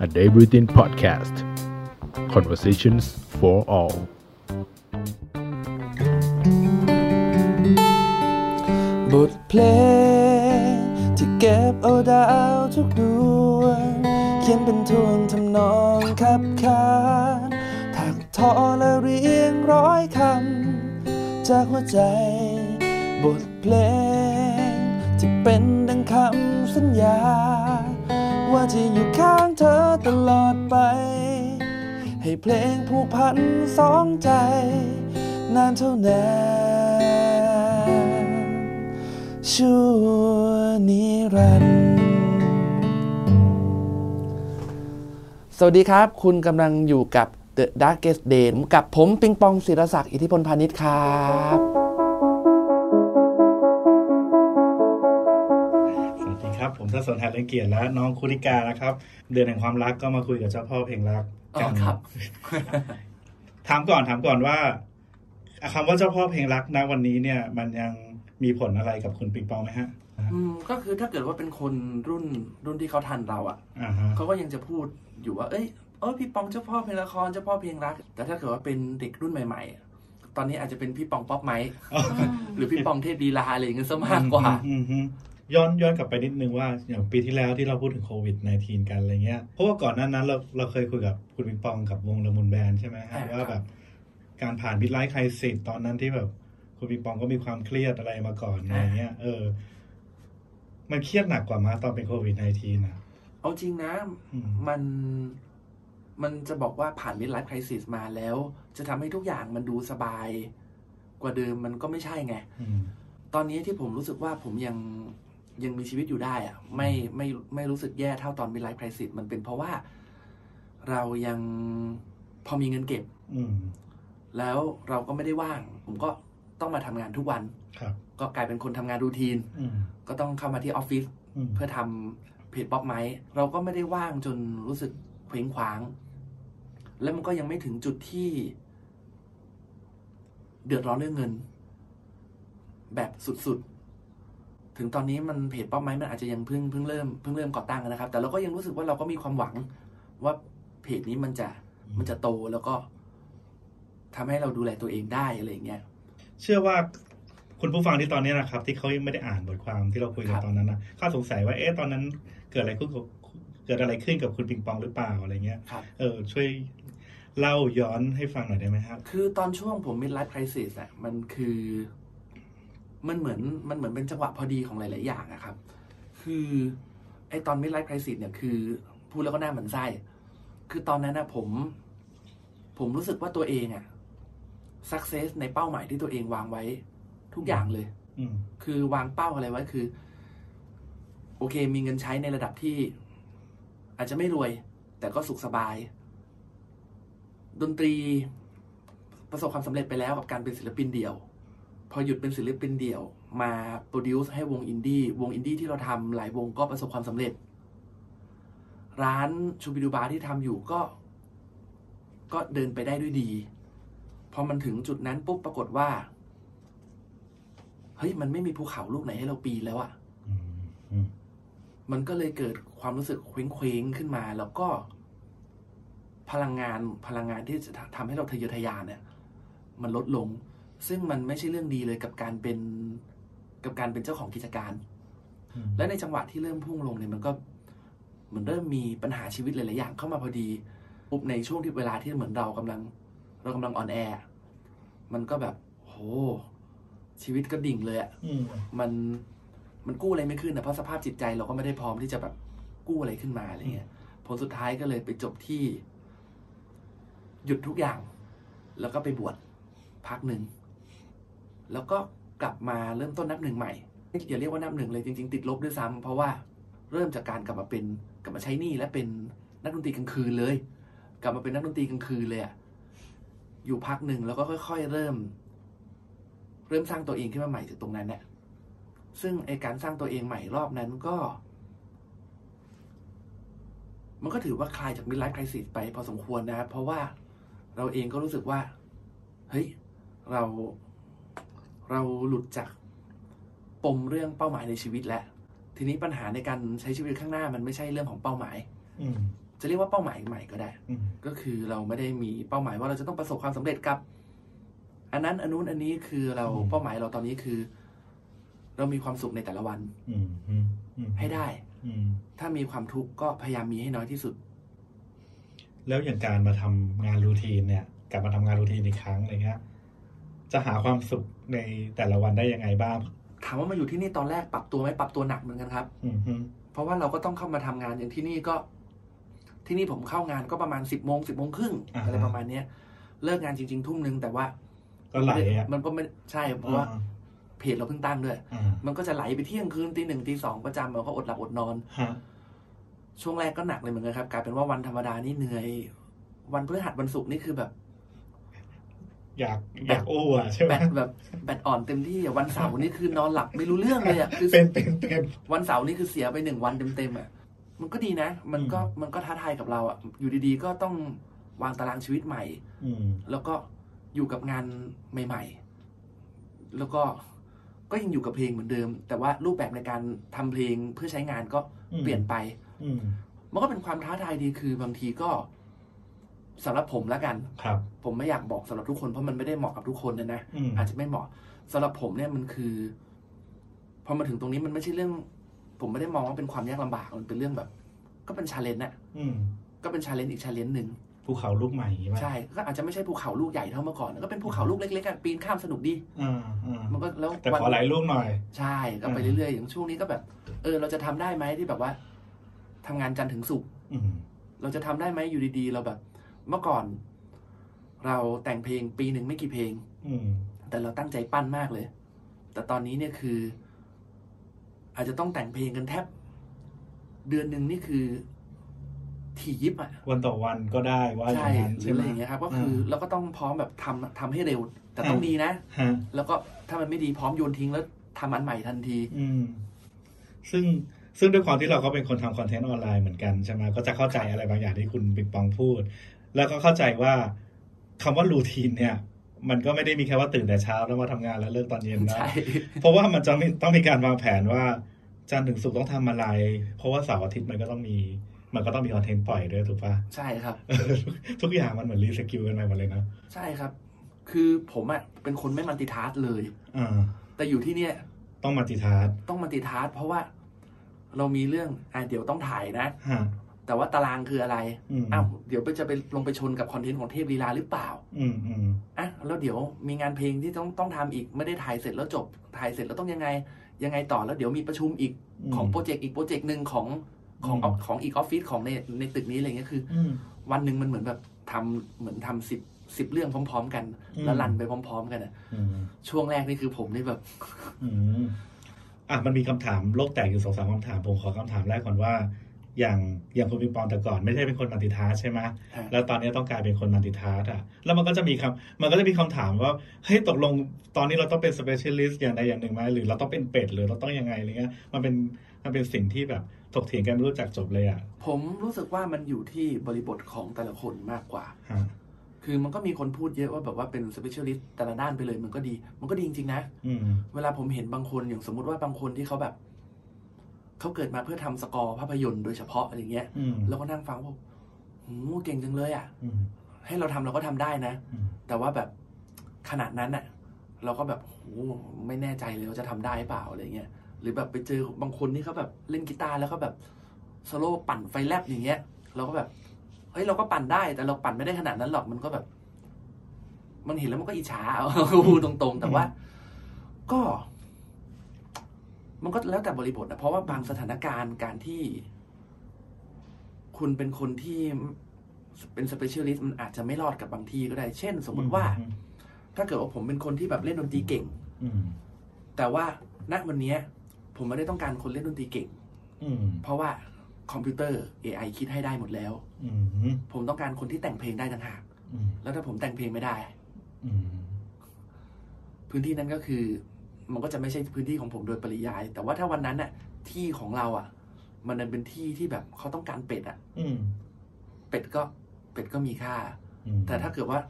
a Day Within Podcast Conversations for All บทเพลงที่เก็บเอาดาวทุกดวงเขียนเป็นทวงทำนองขับขานถักทอและเรียงร้อยคำ จากหัวใจ บทเพลงที่เป็นดังคำสัญญา ว่าจะอยู่ข้างเธอตลอดไป ให้เพลงผูกพันสองใจ นานเท่านาน ชั่วนิรันดร์สวัสดีครับ คุณกำลังอยู่กับ The Darkest Day กับผมปิงปองศิรศักดิ์อิทธิพลพาณิชย์ครับ สวัสดีครับ ผมทัศน์หาเรืองเกียรติและน้องคุริกานะครับ เดือนแห่งความรักก็มาคุยกับเจ้าพ่อเพลงรักกั อ๋อครับ ถามก่อนถามก่อนว่าอ่ะคำว่าเจ้าพ่อเพลงรักนะวันนี้เนี่ย มันยังมีผลอะไรกับคุณปิงปองไหมฮะ อืมก็คือถ้าเกิดว่าเป็นคนรุ่นรุ่นที่เขาทันเราอะ่ะ อ่าฮะ เขาก็ยังจะพูดอยู่ว่า เอ้ยเออพี่ปองเจ้าพ่อเพลงละครเจ้าพ่อเพลงรัก แต่ถ้าเกิดว่าเป็นเด็กรุ่นใหม่ ๆ ตอนนี้อาจจะเป็นพี่ปองป๊อปไหมค์หรือพี่ปองเทพดีลาอะไรอย่างเงี้ยซะมากกว่า อืมอืมย้อนย้อนกลับไปนิดนึงว่าอย่างปีที่แล้วที่เราพูดถึงโควิด -19 กันอะไรเงี้ยเพราะว่าก่อนหน้านั้นเราเราเคยคุยกับคุณปิงปองกับวงละมุนแบนใช่ไหม ใช่ ฮะ ครับ ว่าแบบการผ่านมิดไลท์ไครสิตตอนนั้นที่แบบ คุณปิงปองก็มีความเครียดอะไรมาก่อนอะไรเงี้ยเออ มันเครียดหนักกว่ามาตอนเป็นโควิด -19 นะ เอาจริงนะ อืม มันมันจะบอกว่าผ่านมิดไลฟ์คริสิสมาแล้ว จะทำให้ทุกอย่างมันดูสบาย กว่าเดิมมันก็ไม่ใช่ไง อืม ตอนนี้ที่ผมรู้สึกว่าผมยังยังมีชีวิตอยู่ได้อะไม่ไม่ไม่รู้สึกแย่เท่าตอนมิดไลฟ์คริสิสมันเป็นเพราะว่าเรายังพอมีเงินเก็บ อืม แล้วเราก็ไม่ได้ว่าง ผมก็ต้องมาทำงานทุกวัน ครับ ก็กลายเป็นคนทำงานรูทีน อืม ก็ต้องเข้ามาที่ออฟฟิศ อืม เพื่อทำเพจป๊อปไมค์เราก็ไม่ได้ว่างจนรู้สึกเคว้งคว้าง แล้วมันก็ยังไม่ถึงจุดที่ เดือดร้อนเรื่องเงิน แบบสุดๆ ถึงตอนนี้มันเพจป๊อปไมค์มันอาจจะยังเพิ่งเพิ่งเริ่มเพิ่งเริ่มก่อตั้งนะครับ แต่เราก็ยังรู้สึกว่าเราก็มีความหวัง ว่าเพจนี้มันจะมันจะโตแล้วก็ทำให้เราดูแลตัวเองได้อะไรอย่างเงี้ย เชื่อว่าคุณผู้ฟังที่ตอนนี้นะครับ ที่เขายังไม่ได้อ่านบทความที่เราคุยคนกัรับ ตอนนั้นนะเขาสงสัยว่าเอ๊ะตอนนั้น เกิดอะไรขึ้นกับเกิดอะไรขึ้นกับคุณปิงปองหรือเปล่าอะไรเงี้ย ครับ เออ ช่วยเล่าย้อนให้ฟังหน่อยได้ไหมครับ คือตอนช่วงผมมิดไลฟ์คริสิสอ่ะมันคือ มันเหมือนมันเหมือนเป็นจังหวะพอดีของหลาย ๆ อย่างอะครับ คือไอตอนมิดไลฟ์คริสิสเนี่ยคือพูดแล้วก็หน้าหมันไส้คือตอนนั้นนะผม ผมรู้สึกว่าตัวเองอะสักเซสในเป้าหมายที่ตัวเองวางไว้ ทุกอย่างเลย อืม คือวางเป้าอะไรไว้คือ โอเค มีเงินใช้ในระดับที่ อาจจะไม่รวย แต่ก็สุขสบาย ดนตรีประสบความสำเร็จไปแล้วกับการเป็นศิลปินเดี่ยว พอหยุดเป็นศิลปินเดี่ยว มาโปรดิวซ์ให้วงอินดี้วงอินดี้ที่เราทำหลายวงก็ประสบความสำเร็จ ร้านชูบิดูบาร์ที่ทำอยู่ก็ ก็เดินไปได้ด้วยดี พอมันถึงจุดนั้นปุ๊บปรากฏว่า เฮ้ยมันไม่มีภูเขาลูกไหนให้เราปีนแล้วอะ อืมอืม มันก็เลยเกิดความรู้สึกเคว้งเคว้งๆขึ้นมา แล้วก็พลังงานพลังงานที่จะทำให้เราทะเยอทะยานเนี่ย มันลดลง ซึ่งมันไม่ใช่เรื่องดีเลยกับการเป็นกับการเป็นเจ้าของกิจการ อืม และในจังหวะที่เริ่มพุ่งลงเนี่ยมันก็เหมือนเริ่มมีปัญหาชีวิตหลาย ๆ อย่างเข้ามาพอดีปุ๊บในช่วงที่เวลาที่เหมือนเรากำลัง เรากำลังอ่อนแอ มันก็แบบโหชีวิตก็ดิ่งเลยอะ อืม มันมันกู้อะไรไม่ขึ้นนะเพราะสภาพจิตใจเราก็ไม่ได้พร้อมที่จะแบบกู้อะไรขึ้นมาอะไรเงี้ยผลสุดท้ายก็เลยไปจบที่ หยุดทุกอย่าง แล้วก็ไปบวชพักหนึ่ง แล้วก็กลับมาเริ่มต้นนับหนึ่งใหม่อย่าเรียกว่านับหนึ่งเลยจริง ๆ ติดลบด้วยซ้ำเพราะว่าเริ่มจากการกลับมาเป็นกลับมาใช้หนี้และเป็นนักดนตรีกลางคืนเลย กลับมาเป็นนักดนตรีกลางคืนเลยอะอยู่พักหนึ่งแล้วก็ค่อย ๆ เริ่ม เริ่มสร้างตัวเองขึ้นมาใหม่จากตรงนั้นเนี่ย ซึ่งไอการสร้างตัวเองใหม่รอบนั้นก็ มันก็ถือว่าคลายจากมิดไลฟ์ค i สิสไปพอสมควรนะครับเพราะว่าเราเองก็รู้สึกว่า เฮ้ย เรา เราหลุดจากปมเรื่องเป้าหมายในชีวิตแล้ว ทีนี้ปัญหาในการใช้ชีวิตข้างหน้ามันไม่ใช่เรื่องของเป้าหมาย อืม จะเรียกว่าเป้าหมายใหม่ก็ได้ อืม ก็คือเราไม่ได้มีเป้าหมายว่าเราจะต้องประสบความสำเร็จกับ อันนั้นอันนู้นอันนี้คือเราเป้าหมายเราตอนนี้คือ เรามีความสุขในแต่ละวัน อืมอืมอืม ให้ได้ อืม ถ้ามีความทุกข์ก็พยายามมีให้น้อยที่สุด แล้วอย่างการมาทำงานรูทีนเนี่ยกลับมาทำงานรูทีนอีกครั้งอะไรเงี้ยจะหาความสุขในแต่ละวันได้ยังไงบ้าง ถามว่ามาอยู่ที่นี่ตอนแรกปรับตัวไหมปรับตัวหนักเหมือนกันครับ อืมฮึ เพราะว่าเราก็ต้องเข้ามาทำงานอย่างที่นี่ก็ ที่นี่ผมเข้างานก็ประมาณสิบโมงสิบโมงครึ่งอะไรประมาณเนี้ย เลิกงานจริง ๆ ทุ่มหนึ่งแต่ว่า ก็ไหลอ่ะ มันก็ไม่ใช่เพราะว่าเพจเราเพิ่งตั้งด้วย อ่า มันก็จะไหลไปเที่ยงคืนตีหนึ่งตีสองประจำเราก็อดหลับอดนอน ฮะ ช่วงแรกก็หนักเลยเหมือนกันครับกลายเป็นว่าวันธรรมดานี่เหนื่อย วันพฤหัสวันศุกร์นี่คือแบบ อยากอยากโอ้อ่ะใช่ไห แบ ม ตแบบแบตอ่อนเต็มที่อะวันเสาร์นี่คือนอนหลับไม่รู้เรื่องเลยอ่ะคือ เป็นเป็นเป็น วันเสาร์นี่คือเสียไปหนึ่งวันเต็มๆอ่ะมันก็ดีนะ มันก็มันก็ท้าทายกับเราอ่ะอยู่ดีๆ ก็ต้องวางตารางชีวิตใหม่ อืม แล้วก็อยู่กับงานใหม่ ๆ แล้วก็ก็ยังอยู่กับเพลงเหมือนเดิม แต่ว่ารูปแบบในการทำเพลงเพื่อใช้งานก็ อืม เปลี่ยนไป อืม มันก็เป็นความท้าทายดีคือบางทีก็สำหรับผมละกัน ครับ ผมไม่อยากบอกสำหรับทุกคนเพราะมันไม่ได้เหมาะกับทุกคนนะนะ อืม อาจจะไม่เหมาะสำหรับผมเนี่ยมันคือ พอมาถึงตรงนี้มันไม่ใช่เรื่อง ผมไม่ได้มองว่าเป็นความยากลำบากมันเป็นเรื่องแบบ ก็เป็นชาเลนจ์น่ะ อืม ก็เป็นชาเลนจ์อีกชาเลนจ์หนึ่ง ภูเขาลูกใหม่ใช่ไหม ใช่ ก็อาจจะไม่ใช่ภูเขาลูกใหญ่เท่าเมื่อก่อนก็เป็นภูเขาลูกเล็กๆอะปีนข้ามสนุกดี อ่าอ่า มันก็แล้ว แต่ วั ขอหลายลูกหน่อย ใช่ก็ไป อืม เรื่อยๆอย่างช่วงนี้ก็แบบ เออ เราจะทำได้ไหมที่แบบว่าทำงานจันทร์ถึงศุกร์ อืม เราจะทำได้ไหมอยู่ดีๆ เราแบบ เมื่อก่อน เราแต่งเพลงปีหนึ่งไม่กี่เพลง อืม แต่เราตั้งใจปั้นมากเลย แต่ตอนนี้เนี่ยคือ อาจจะต้องแต่งเพลงกันแทบ เดือนหนึ่งนี่คือ ถี่ยิบอ่ะ วันต่อวันก็ได้ว่าอ ใช่ ย่างนั้น หรื ใช่ ออะไหม ไรอย่างเงี้ยครับ ก็คือเราก็ต้องพร้อมแบบทำทำให้เร็ว แต่ต้องดีนะ ฮะ แล้วก็ถ้ามันไม่ดีพร้อมโยนทิ้งแล้วทำอันใหม่ทันที อืม ซึ่งซึ่งด้วยความที่เราก็เป็นคนทำคอนเทนต์ออนไลน์เหมือนกันใช่ไหมก็จะเข้าใจอะไรบางอย่างที่คุณปิงปองพูด แล้วก็เข้าใจว่าคำว่ารูทีนเนี่ย มันก็ไม่ได้มีแค่ว่าตื่นแต่เช้าแล้วมาทำงานแล้วเลิกตอนเย็นนะ ใช่ เพราะว่ามันจะมีต้องมีการวางแผนว่าจันทร์ถึงศุกร์ต้องทำอะไร เพราะว่าเสาร์อาทิตย์มันก็ต้องมี มันก็ต้องมีคอนเทนต์ปล่อยด้วยถูกปะ ใช่ครับ ทุกอย่างมันเหมือนรีสกิลกันไปหมดเลยนะ ใช่ครับ คือผมอ่ะเป็นคนไม่มัลติทัสเลย อ่า แต่อยู่ที่เนี่ย ต้องมาติทาร์ ต้องมัลติทัสเพราะว่า เรามีเรื่องอ่ะเดี๋ยวต้องถ่ายนะ ฮะ แต่ว่าตารางคืออะไร อืม อ้าวเดี๋ยวไปจะไปลงไปชนกับคอนเทนต์ของเทพลีลาหรือเปล่า อืมอืม อ่ะแล้วเดี๋ยวมีงานเพลงที่ต้องต้องทำอีกไม่ได้ถ่ายเสร็จแล้วจบถ่ายเสร็จแล้วต้องยังไง ยังไงต่อแล้วเดี๋ยวมีประชุมอีก ม ของโปรเจกต์อีกโปรเจกต์หนึ่งของของ อืม ของอีกออฟฟิศของในในตึกนี้อะไรเงี้ยคือ อืม วันหนึ่งมันเหมือนแบบทำเหมือนทำสิบสิบเรื่องพร้อม ๆ กัน อืม แล้วรันไปพร้อม ๆ กันอะ อืม ช่วงแรกนี่คือผมนี่แบบ อืมอ่ะมันมีคำถามโลกแตกอยู่สองสามคำถาม ผมขอคำถามแรกก่อนว่า อย่างอย่างคุณปิงปองแต่ก่อนไม่ใช่เป็นคนมัลติทาสใช่ไหม ฮะ แล้วตอนนี้ต้องกลายเป็นคนมัลติทาสอ่ะ แล้วมันก็จะมีคำมันก็จะมีคำถามว่าเฮ้ยตกลงตอนนี้เราต้องเป็น specialist อย่างใดอย่างหนึ่งไหมหรือเราต้องเป็นเป็ดหรือเราต้องยังไงอะไรเงี้ยมันเป็นมันเป็นสิ่งที่แบบถกเถียงกันไม่รู้จักจบเลยอ่ะ ผมรู้สึกว่ามันอยู่ที่บริบทของแต่ละคนมากกว่า ฮะ คือมันก็มีคนพูดเยอะว่าแบบว่าเป็นสเปเชียลิสต์แต่ละด้านไปเลยมันก็ดี มันก็ดีจริงๆนะ อืม เวลาผมเห็นบางคนอย่างสมมุติว่าบางคนที่เขาแบบเขาเกิดมาเพื่อทำสกอร์ภาพยนตร์โดยเฉพาะอะไรเงี้ย อืม แล้วก็นั่งฟังว่าหูเก่งจังเลยอ่ะ อืม ให้เราทำเราก็ทำได้นะ อืม แต่ว่าแบบขนาดนั้นอ่ะ เราก็แบบโหไม่แน่ใจเลยว่าจะทำได้เปล่าอะไรเงี้ยหรือแบบไปเจอบางคนที่เขาแบบเล่นกีตาร์แล้วก็แบบสโลว์ปั่นไฟแลบอย่างเงี้ย เราก็แบบเฮ้ยเราก็ปั่นได้ แต่เราปั่นไม่ได้ขนาดนั้นหรอกมันก็แบบ มันเห็นแล้วมันก็อิจฉา เอา พูดตรงๆ แต่ว่า ก็ มันก็แล้วแต่บริบทนะเพราะว่าบางสถานการณ์การที่ คุณเป็นคนที่เป็นสเปเชียลิสต์มันอาจจะไม่รอดกับบางที่ก็ได้ เช่น สมมติว่า ถ้าเกิดว่าผมเป็นคนที่แบบเล่นดนตรีเก่ง อืม แต่ว่าณวันเนี้ย ผมไม่ได้ต้องการคนเล่นดนตรีเก่ง อืม เพราะว่าคอมพิวเตอร์ AI คิดให้ได้หมดแล้ว อืมอืม ผมต้องการคนที่แต่งเพลงได้ต่างหาก อืม แล้วถ้าผมแต่งเพลงไม่ได้ อืม พื้นที่นั้นก็คือ มันก็จะไม่ใช่พื้นที่ของผมโดยปริยาย แต่ว่าถ้าวันนั้นน่ะ ที่ของเราอ่ะ มันดันเป็นที่ที่แบบเขาต้องการเป็ดอ่ะ อืม เป็ดก็เป็ดก็มีค่า อืม แต่ถ้าเกิดว่า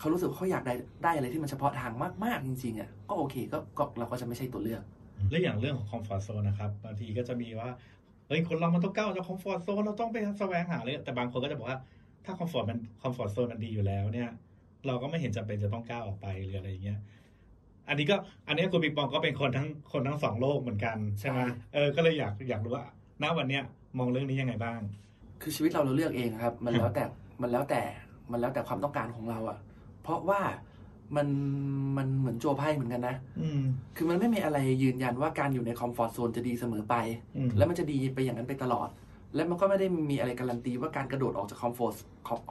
เขารู้สึกเขาอยากได้ได้อะไรที่มันเฉพาะทางมากๆจริงๆอ่ะก็โอเคก็ก็เราก็จะไม่ใช่ตัวเลือก และอย่างเรื่องของคอมฟอร์ z โซนนะครับบางทีก็จะมีว่า เฮ้ยคนเรามันต้องก้าวจากคอมฟอร์ตโซนเราต้องไปแสวงหาเลยแต่บางคนก็จะบอกว่าถ้าคอมฟอร์ตมันคอมฟอร์ตโซนมันดีอยู่แล้วเนี่ย เราก็ไม่เห็นจำเป็นจะต้องก้าวออกไปหรืออะไรอย่างเงี้ย อันนี้ก็อันนี้คุณปิงปองก็เป็นคนทั้งคนทั้งสองโลกเหมือนกันใช่ไหม ใช่ เออก็เลยอยากอยากรู้ว่าณวันเนี้ยมองเรื่องนี้ยังไงบ้าง คือชีวิตเราเราเลือกเองครับ มัน ครับ แล้วแต่มันแล้วแต่มันแล้วแต่ความต้องการของเราอะเพราะว่ามันมันเหมือนโจไพ่เหมือนกันนะ อืม คือมันไม่มีอะไรยืนยันว่าการอยู่ในคอมฟอร์ทโซนจะดีเสมอไป อืม แล้วมันจะดีไปอย่างนั้นไปตลอด และมันก็ไม่ได้มีอะไรการันตีว่าการกระโดดออกจากคอมฟอร์ท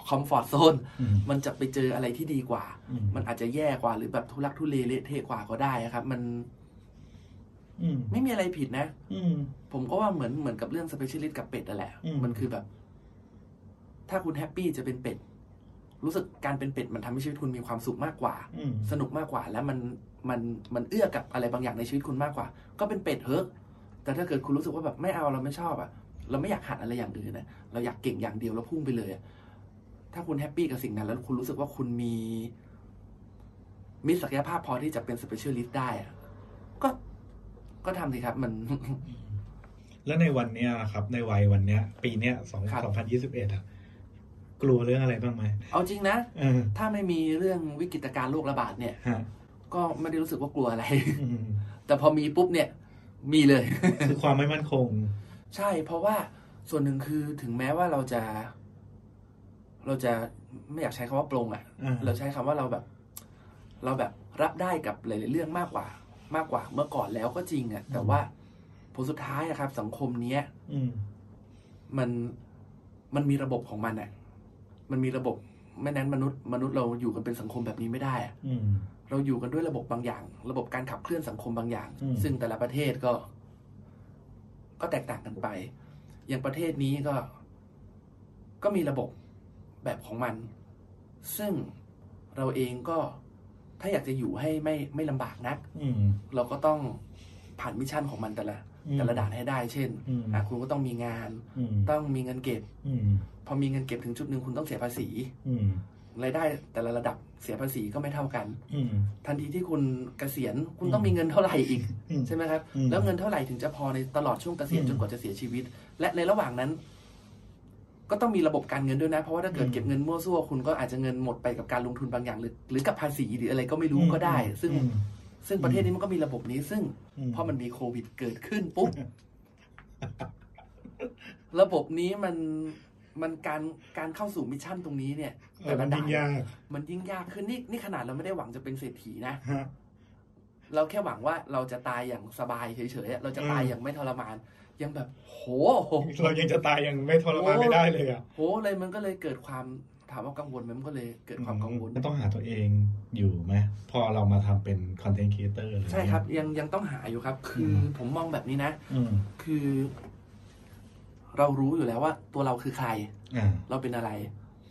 คอมฟอร์ทโซน อืม มันจะไปเจออะไรที่ดีกว่า อื มันอาจจะแย่กว่าหรือแบบทุลักทุเลเละเทะกว่าก็ได้ครับ มัน อืม ไม่มีอะไรผิดนะ อืม ผมก็ว่าเหมือนเหมือนกับเรื่องสเปเชียลิสต์กับเป็ดนั่นแหละ อืม มันคือแบบ ถ้าคุณแฮปปี้จะเป็นเป็ด รู้สึกการเป็นเป็ดมันทำให้ชีวิตคุณมีความสุขมากกว่า อืม สนุกมากกว่า และมันมันมันเอื้อกับอะไรบางอย่างในชีวิตคุณมากกว่า ก็เป็นเป็ดเฮ้อะแต่ถ้าเกิดคุณรู้สึกว่าแบบไม่เอาเราไม่ชอบอะเราไม่อยากหัดอะไรอย่างอื่นนะเราอยากเก่งอย่างเดียวแล้วพุ่งไปเลยอะถ้าคุณแฮปปี้กับสิ่งนั้นแล้วคุณรู้สึกว่าคุณมีมีศักยภาพพอที่จะเป็นสเปเชียลิสต์ได้อะก็ก็ทำสิครับมัน แล้วในวันเนี้ยนะครับ ในวัยวันเนี้ย ปีเนี้ยสอง ครับ สองพันยี่สิบเอ็ดอะกลัวเรื่องอะไรบ้างไหม เอาจริงนะ เออ ถ้าไม่มีเรื่องวิกฤตการณ์โรคระบาดเนี่ย ฮะ ก็ไม่ได้รู้สึกว่ากลัวอะไร อืม แต่พอมีปุ๊บเนี่ย มีเลย คือความไม่มั่นคง ใช่เพราะว่าส่วนหนึ่งคือถึงแม้ว่าเราจะ เราจะไม่อยากใช้คำว่าปรงอะ อ่า เราใช้คำว่าเราแบบ เราแบบรับได้กับหลายๆเรื่องมากกว่า มากกว่าเมื่อก่อนแล้วก็จริงอะแต่ว่าผลสุดท้ายอะครับ สังคมเนี้ย อืม มันมันมีระบบของมันอะมันมีระบบไม่นั้นมนุษย์ มนุษย์เราอยู่กันเป็นสังคมแบบนี้ไม่ได้อะ อืม เราอยู่กันด้วยระบบบางอย่าง ระบบการขับเคลื่อนสังคมบางอย่าง อืม ซึ่งแต่ละประเทศก็ ก็แตกต่างกันไป อย่างประเทศนี้ก็ ก็มีระบบแบบของมัน ซึ่งเราเองก็ถ้าอยากจะอยู่ให้ไม่ไม่ลำบากนัก อืม เราก็ต้องผ่านมิชชั่นของมันแต่ละ อืม แต่ละด่านให้ได้ เช่น อืม อ่ะคุณก็ต้องมีงาน อืม ต้องมีเงินเก็บ อืม พอมีเงินเก็บถึงจุดหนึ่งคุณต้องเสียภาษี อืม รายได้ แต่ละระดับเสียภาษีก็ไม่เท่ากัน อืม ทันทีที่คุณเกษียณคุณ อืม ต้องมีเงินเท่าไหร่อีก อืม ใช่ไหมครับ อืม แล้วเงินเท่าไหร่ถึงจะพอในตลอดช่วงเกษียณ อืม จนกว่าจะเสียชีวิต และในระหว่างนั้น ก็ต้องมีระบบการเงินด้วยนะ เพราะว่าถ้าเกิด อืม เก็บเงินมั่วซั่วคุณก็อาจจะเงินหมดไปกับการลงทุนบางอย่างหรือหรือกับภาษีหรืออะไรก็ไม่รู้ อืม ก็ได้ ซึ่ง อืม ซึ่งประเทศนี้มันก็มีระบบนี้ ซึ่ง อื พอมันมีโควิดเกิดขึ้น ปุ๊บ ระบบนี้มันมันการการเข้าสู่มิชชั่นตรงนี้เนี่ย เออมัน ด่ ยิ่งยาก มันยิ่งยากขึ้นนี่นี่ขนาดเราไม่ได้หวังจะเป็นเศรษฐีนะ ฮะ เราแค่หวังว่าเราจะตายอย่างสบายเฉยๆอะเราจะตาย อืม อย่างไม่ทรมาน ยังแบบโห เรายังจะตายยังไม่ทรมาน โอ้ ไม่ได้เลยอ่ะ โหเลยมันก็เลยเกิดความถามว่ากังวลไหมมันก็เลยเกิดความกังวล ก็ต้องหาตัวเองอยู่ไหมพอเรามาทำเป็นคอนเทนต์ครีเอเตอร์ ใช่ครับ ยังยังต้องหาอยู่ครับ คืออผมมองแบบนี้นะ อืม คือ เรารู้อยู่แล้วว่า ตัวเราคือใคร อ่า เราเป็นอะไร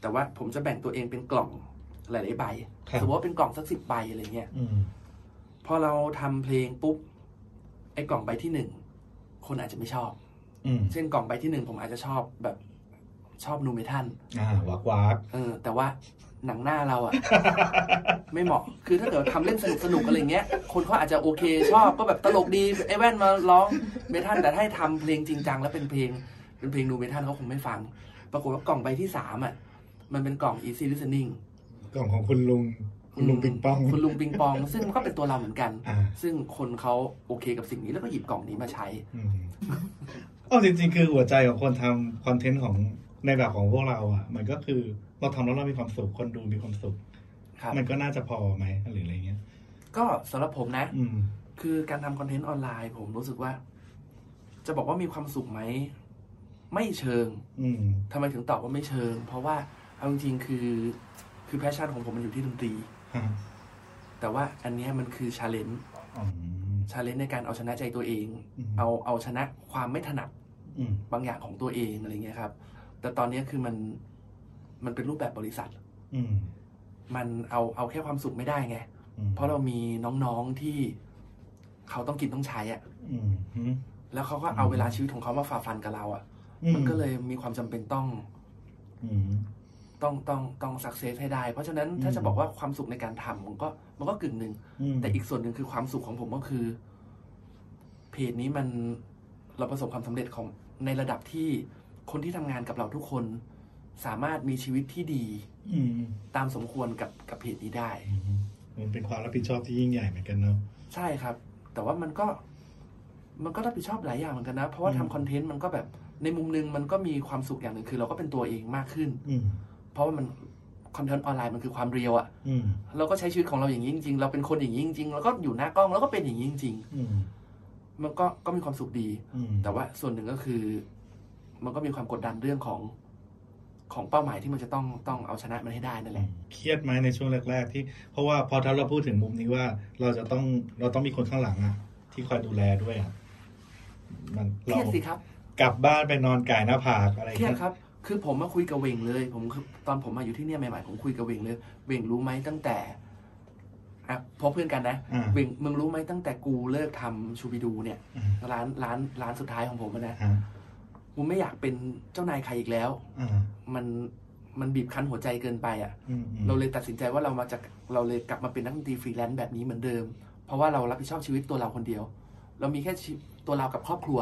แต่ว่าผมจะแบ่งตัวเองเป็นกล่องหลายๆใบ ครับ สมมติว่าเป็นกล่องสักสิบใบอะไรเงี้ย อืม พอเราทำเพลงปุ๊บไอ้กล่องใบที่หนึ่งคนอาจจะไม่ชอบ อืม เช่นกล่องใบที่หนึ่งผมอาจจะชอบแบบชอบนูเมทัล อ่าวักวัก เออ แต่ว่าหนังหน้าเราอะ ไม่เหมาะ คือถ้าเกิดทำเล่นสนุกสนุกๆอะไรเงี้ย คนเขาอาจจะโอเคชอบก็แบบตลกดีไอ้แว่นมาร้องเมทัลแต่ถ้าให้ทำเพลงจริงจังแล้วเป็นเพลง เป็นเพลงนูเมทัลเขาคงไม่ฟัง ปรากฏว่ากล่องใบที่สามอะมันเป็นกล่อง easy listening กล่องของคุณลุง คุณลุงปิงปอง คุณลุงปิงปอง ซึ่งมันก็เป็นตัวเราเหมือนกัน อ่า ซึ่งคนเขาโอเคกับสิ่งนี้แล้วก็หยิบกล่องนี้มาใช้ อืมเอาจริงๆ คือหัวใจของคนทำคอนเทนต์ของในแบบของพวกเราอ่ะ มันก็คือเราทำแล้วเรามีความสุข คนดูมีความสุข ครับ มันก็น่าจะพอไหมหรืออะไรเงี้ย ก็สำหรับผมนะ อืม คือการทำคอนเทนต์ออนไลน์ผมรู้สึกว่า จะบอกว่ามีความสุขไหม ไม่เชิง อืม ทำไมถึงตอบว่าไม่เชิง เพราะว่าเอาจริงๆคือคือแพชชั่นของผมมันอยู่ที่ดนตรี ฮะ แต่ว่าอันเนี้ยมันคือชาเลนจ์ อ๋อ ชาเลนจ์ในการเอาชนะใจตัวเอง อืม เอาเอาชนะความไม่ถนัด อืม บางอย่างของตัวเองอะไรเงี้ยครับ แต่ตอนเนี้ยคือมันมันเป็นรูปแบบบริษัท อืม มันเอาเอาแค่ความสุขไม่ได้ไง อืม เพราะเรามีน้องๆที่เขาต้องกินต้องใช้อะ อืมอืม แล้วเขาก็เอาเวลาชีวิตของเขามาฝ่าฟันกับเราอะ มันก็เลยมีความจำเป็นต้อง อืม ต้องต้องต้องสักเซสให้ได้ เพราะฉะนั้นถ้า อืม จะบอกว่าความสุขในการทำมันก็มันก็กึ่งหนึ่ง ม แต่อีกส่วนหนึ่งคือความสุขของผมก็คือ เพจนี้มันเราประสบความสำเร็จของ ในระดับที่คนที่ทำงานกับเราทุกคนสามารถมีชีวิตที่ดี อืม ตามสมควรกับกับเพจนี้ได้ อืมมันเป็นความรับผิดชอบที่ยิ่งใหญ่เหมือนกันเนาะ ใช่ครับ แต่ว่ามันก็มันก็รับผิดชอบหลายอย่างเหมือนกันนะ เพราะว่า อืม ทำคอนเทนต์มันก็แบบในมุมหนึงมันก็มีความสุขอย่างหนึ่งคือ เราก็เป็นตัวเองมากขึ้น อืม เพราะว่ามันคอนเทนต์ออนไลน์มันคือความเรียวอะ อืม เราก็ใช้ชีวิตของเราอย่างนี้จริงๆ เราเป็นคนอย่างนี้จริงๆแล้วก็อยู่หน้ากล้องแล้วก็เป็นอย่างนี้จริง อืม ๆมันก็ก็มีความสุขดี อืม แต่ว่าส่วนหนึ่งก็คือ มันก็มีความกดดันเรื่องของของเป้าหมายที่มันจะต้องต้องเอาชนะมันให้ได้นั่นแหละ เครียดไหมในช่วงแรก ๆ ที่ เพราะว่าพอถ้าเราพูดถึงมุมนี้ว่าเราจะต้องเราต้องมีคนข้างหลังอะที่คอยดูแลด้วยอะมัน เค เรา รียดสิครับ กลับบ้านไปนอนก่ายหน้าผากอะไร เครียดครับ คือผมมาคุยกับเวงเลย ผมคือตอนผมมาอยู่ที่เนี่ยใหม่ๆ ผมคุยกับเวงเลย เวงรู้ไหมตั้งแต่อ่ะเพราะเพื่อนกันนะ อ่า เวงมึงรู้ไหมตั้งแต่กูเลิกทำชูบิดูเนี่ย อ่า ร้านร้านร้านสุดท้ายของผมอะนะ อ่า กูไม่อยากเป็นเจ้านายใครอีกแล้ว อ่า มันมันบีบคั้นหัวใจเกินไปอ่ะ อืมอืม เราเลยตัดสินใจว่าเรามาจากเราเลยกลับมาเป็นนักดนตรีฟรีแลนซ์แบบนี้เหมือนเดิม เพราะว่าเรารับผิดชอบชีวิตตัวเราคนเดียว เรามีแค่ชีวิตตัวเรากับครอบครัว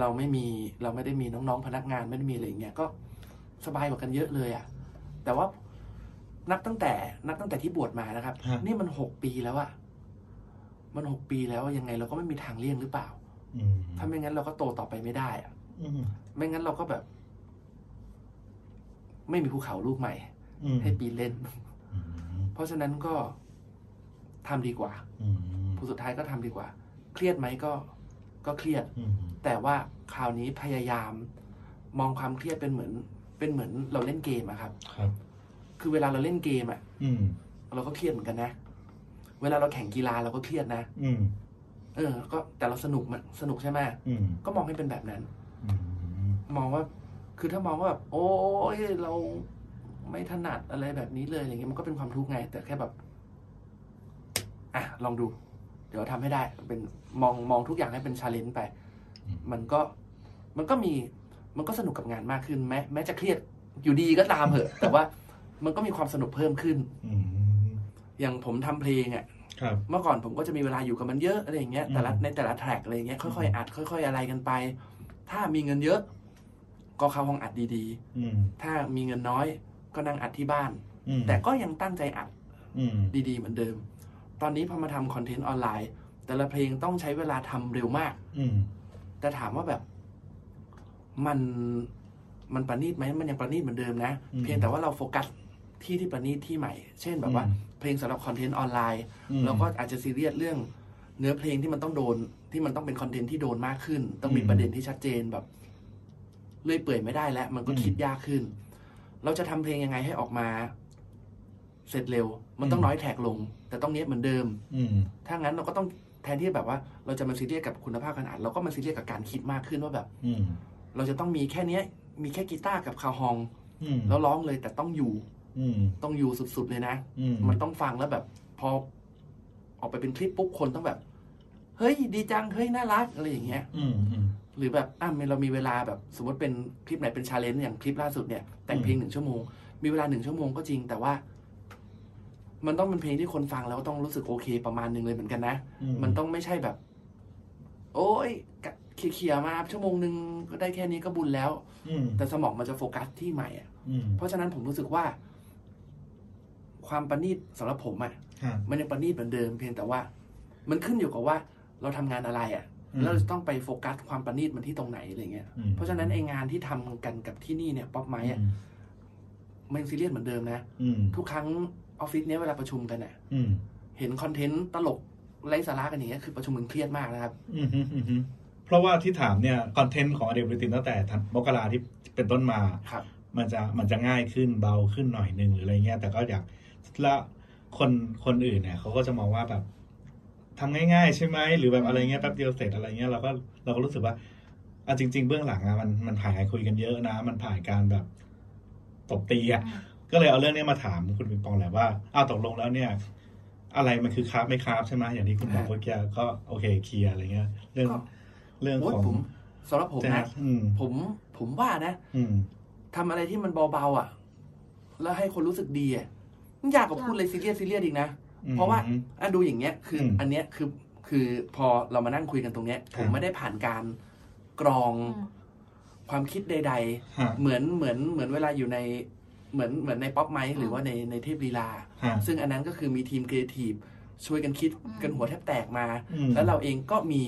เราไม่มีเราไม่ได้มีน้องๆพนักงานไม่ได้มีอะไรอย่างเงี้ยก็สบายกว่ากันเยอะเลยอะ่ะ แต่ว่านับตั้งแต่นับตั้งแต่ที่บวชมานะครับ ฮะ นี่มันหกปีแล้วอะ่ะมันหกปีแล้วยังไง เราก็ไม่มีทางเลี่ยงหรือเปล่า อืม ถ้าไม่งั้นเราก็โตต่อไปไม่ได้อะ อืม ไม่งั้นเราก็แบบ ไม่มีภูเขาลูกใหม่ อืม ให้ปีนเล่น อืม เพราะฉะนั้นก็ทำดีกว่า อืม ผลสุดท้ายก็ทำดีกว่า เครียดไหมก็ก็เครียด อืม แต่ว่าคราวนี้พยายาม มองความเครียดเป็นเหมือน เป็นเหมือนเราเล่นเกมอะครับ ครับ คือเวลาเราเล่นเกมอะ อืม เราก็เครียดเหมือนกันนะ เวลาเราแข่งกีฬาเราก็เครียดนะ อืม เออ ก็แต่เราสนุกมันสนุกใช่ไหม อืม ก็มองให้เป็นแบบนั้น อืม มองว่า คือถ้ามองว่าแบบโอ้ยเราไม่ถนัดอะไรแบบนี้เลยอะไรเงี้ยมันก็เป็นความทุกข์ไง แต่แค่แบบ อ่ะลองดู เดี๋ยวทำให้ได้ เป็นมองมองทุกอย่างให้เป็นชาเลนจ์ไป อืม มันก็มันก็มีมันก็สนุกกับงานมากขึ้นแม้แม้จะเครียดอยู่ดีก็ตามเหอะ แต่ว่ามันก็มีความสนุกเพิ่มขึ้น อืม อย่างผมทำเพลงอ่ะ ครับ เมื่อก่อนผมก็จะมีเวลาอยู่กับมันเยอะอะไรอย่างเงี้ย อืม แต่ละในแต่ละแทร็กอะไรอย่างเงี้ยค่ อื อย ม ๆอัดค่อย ๆ อะไรกันไป ถ้ามีเงินเยอะ ก็เข้าห้องอัดดี อืม ๆ ถ้ามีเงินน้อย ก็นั่งอัดที่บ้าน อืม แต่ก็ยังตั้งใจอัด อืม ดีๆ เหมือนเดิม ตอนนี้พอมาทำคอนเทนต์ออนไลน์ แต่ละเพลงต้องใช้เวลาทำเร็วมาก อืม แต่ถามว่าแบบมันมันประณีตไหมมันยังประณีตเหมือนเดิมนะ เพียงแต่ว่าเราโฟกัสที่ที่ประณีตที่ใหม่ เช่นแบบว่าเพลงสำหรับคอนเทนต์ออนไลน์ อืม แล้วก็อาจจะซีเรียสเรื่องเนื้อเพลงที่มันต้องโดนที่มันต้องเป็นคอนเทนต์ที่โดนมากขึ้น ต้องมีประเด็นที่ชัดเจนแบบเลื่อยเปื่อยไม่ได้แล้ว มันก็คิดยากขึ้น เราจะทำเพลงยังไงให้ออกมา เสร็จเร็ว มันต้องน้อยแท็กลง แต่ต้องเนี้ยบเหมือนเดิม อืม ถ้างั้นเราก็ต้องแทนที่แบบว่า เราจะมาซีเรียสกับคุณภาพการอ่านเราก็มาซีเรียสกับการคิดมากขึ้นว่าแบบ อืม เราจะต้องมีแค่เนี้ย มีแค่กีตาร์กับคาฮอง อืม แล้วร้องเลยแต่ต้องอยู่ อืม ต้องอยู่สุดๆเลยนะ อืม มันต้องฟังแล้วแบบ พอออกไปเป็นคลิปปุ๊บคนต้องแบบ เฮ้ยดีจัง เฮ้ยน่ารักอะไรอย่างเงี้ย อืมอืม หรือแบบอ่ะเรามีเวลาแบบ สมมติเป็นคลิปไหนเป็นชาเลนจ์อย่างคลิปล่าสุดเนี่ย แต่งเพลงหนึ่งชั่วโมง มีเวลาหนึ่งชั่วโมงก็จริง แต่ว่า มันต้องเป็นเพลงที่คนฟังแล้วต้องรู้สึกโอเค ประมาณหนึงเลยเหมือนกันนะ มันต้องไม่ใช่แบบ โอ้ยกะเขี่ยๆมาชั่วโมงหนึ่งก็ได้แค่นี้ก็บุญแล้ว อืม แต่สมองมันจะโฟกัสที่ใหม่อะ อืม เพราะฉะนั้นผมรู้สึกว่า ความประณีตสำหรับผมอะ ฮะ มันยังประณีตเหมือนเดิมเพียงแต่ว่า มันขึ้นอยู่กับว่าเราทำงานอะไรอะ่ะ อืม แล้วเราจะต้องไปโฟกัสความประณีตมันที่ตรงไหนอะไรเงี้ย อืม เพราะฉะนั้นไองานที่ทำกันกับที่นี่เนี่ยป๊อปไม้อะมันซีเรียสเหมือนเดิมนะ อืม ทุกครั้งออฟฟิศเนี้ยเวลาประชุมกันเนี่ย อืม เห็นคอนเทนต์ตลกไร้สาระกันอย่างเงี้ยคือประชุมมันเครียดมากนะครับ อืมอืมอืมอืมเพราะว่าที่ถามเนี่ยคอนเทนต์ของอเดวิตินตั้งแต่ธันมกราที่เป็นต้นมา ครับ มันจะมันจะง่ายขึ้นเบาขึ้นหน่อยหนึ่งหรืออะไรเงี้ย แต่ก็อยากและคนคนอื่นเนี่ยเขาก็จะมองว่าแบบทำง่ายๆ ใช่ไหมหรือแบบอะไรเงี้ยแป๊บเดียวเสร็จอะไรเงี้ยเราก็เราก็รู้สึกว่าอ่ะจริง ๆ เบื้องหลังอะมันมันผ่านการคุยกันเยอะนะ มันผ่านการแบบตบตีอะก็เลยเอาเรื่องเนี้ยมาถามคุณปิงปองแหละว่าอ้าวตกลงแล้วเนี่ย อะไรมันคือคราฟไม่คราฟใช่ไหมอย่างที่คุณบอก ฮะ เมื่อกี้ก็โอเคเคลียร์อะไรเงี้ย เรื่อง ก็ เรื่อง โอ้ย ของ ผมสำหรับผม แจ๊ นะ สอืม ผมผมว่านะ อืม ทำอะไรที่มันเบาๆอ่ะ แล้วให้คนรู้สึกดีอ่ะมันยากกว่าพูดเลยซีเรียสซีเรียสอีกนะ เพราะว่า อ่ะดูอย่างเงี้ยคืออ ม อันเนี้ยคือคือพอเรามานั่งคุยกันตรงเนี้ย ค ผ รับ มไม่ได้ผ่านการ กรอง อืม ความคิดใด ฮะ ๆ เหมือนเหมือนเหมือนเวลาอยู่ในเหมือนเหมือนในป๊อปไมค์หรือว่าในในเทพลีลา ฮะ ซึ่งอันนั้นก็คือมีทีมครีเอทีฟช่วยกันคิด อืม กันหัวแทบแตกมา อืม แล้วเราเองก็มี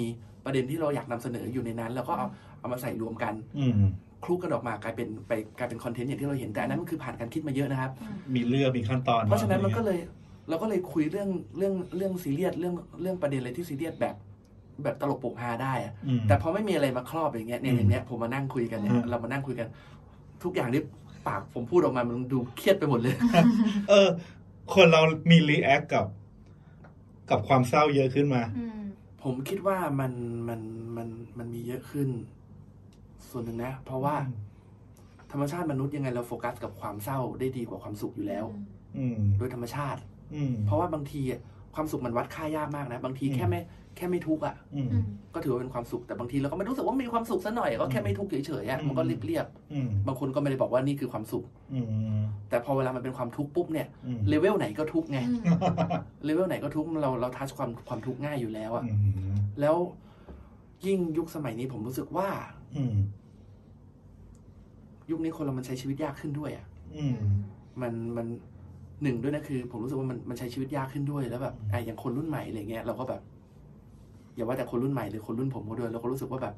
ประเด็นที่เราอยากนำเสนออยู่ในนั้น แล้วก็เอาเอามาใส่รวมกัน อืม คลุกกันออกมากลายเป็นไปกลายเป็นคอนเทนต์อย่างที่เราเห็นแต่อันนั้นมันคือผ่านการคิดมาเยอะนะครับ มีเลือกมีขั้นตอน เพราะฉะนั้นมันก็ อ เลยเราก็เลยคุยเรื่องเรื่องเรื่องซีเรียสเรื่องเรื่องประเด็นอะไรที่ซีเรียสแบบ แบบตลกโปกฮาได้อะ อืม แต่พอไม่มีอะไรมาครอบอย่างเงี้ยเนี่ยอย่างเนี้ยผมมานั่งคุยกันเนี่ย อืม เรามานั่งคุยกัน ทุกอย่างที่ปากผมพูดออกมามันดูเครียดไปหมดเลย เออ คนเรามีรีแอคกับ กับความเศร้าเยอะขึ้นมา อืม ผมคิดว่ามันมันมันมันมีเยอะขึ้น ส่วนหนึ่งนะ เพราะว่าธรรมชาติมนุษย์ยังไงเราโฟกัสกับความเศร้าได้ดีกว่าความสุขอยู่แล้ว อืม โดยธรรมชาติ อืม เพราะว่าบางทีอะความสุขมันวัดค่ายากมากนะ บางที อืม แค่ไม่แค่ไม่ทุกข์อ่ะ อืม อืม ก็ถือว่าเป็นความสุขแต่บางทีเราก็ไม่รู้สึกว่ามีความสุขซะหน่อยก็แค่ อืม ไม่ทุกข์เฉยๆอะ อืม มันก็เรียบ อืม ๆบางคนก็ไม่ได้บอกว่านี่คือความสุข อืม แต่พอเวลามันเป็นความทุกข์ปุ๊บเนี่ย อืม เลเวลไหนก็ทุกข์ไง อืม เลเวลไหนก็ทุกข์เราเราทัชความความทุกข์ง่ายอยู่แล้วอะ อืม แล้วยิ่งยุคสมัยนี้ผมรู้สึกว่า อืม ยุคนี้คนเรามันใช้ชีวิตยากขึ้นด้วยอะ อืม มันมันหนึ่งด้วยนะคือ ผมรู้สึกว่ามันมันใช้ชีวิตยากขึ้นด้วยแล้วแบบไอ้อย่างคนรุ่นใหม่อะไรเงี้ยเราก็แบบ อย่าว่าแต่คนรุ่นใหม่หรือคนรุ่นผมก็ด้วยเราก็รู้สึกว่าแบบ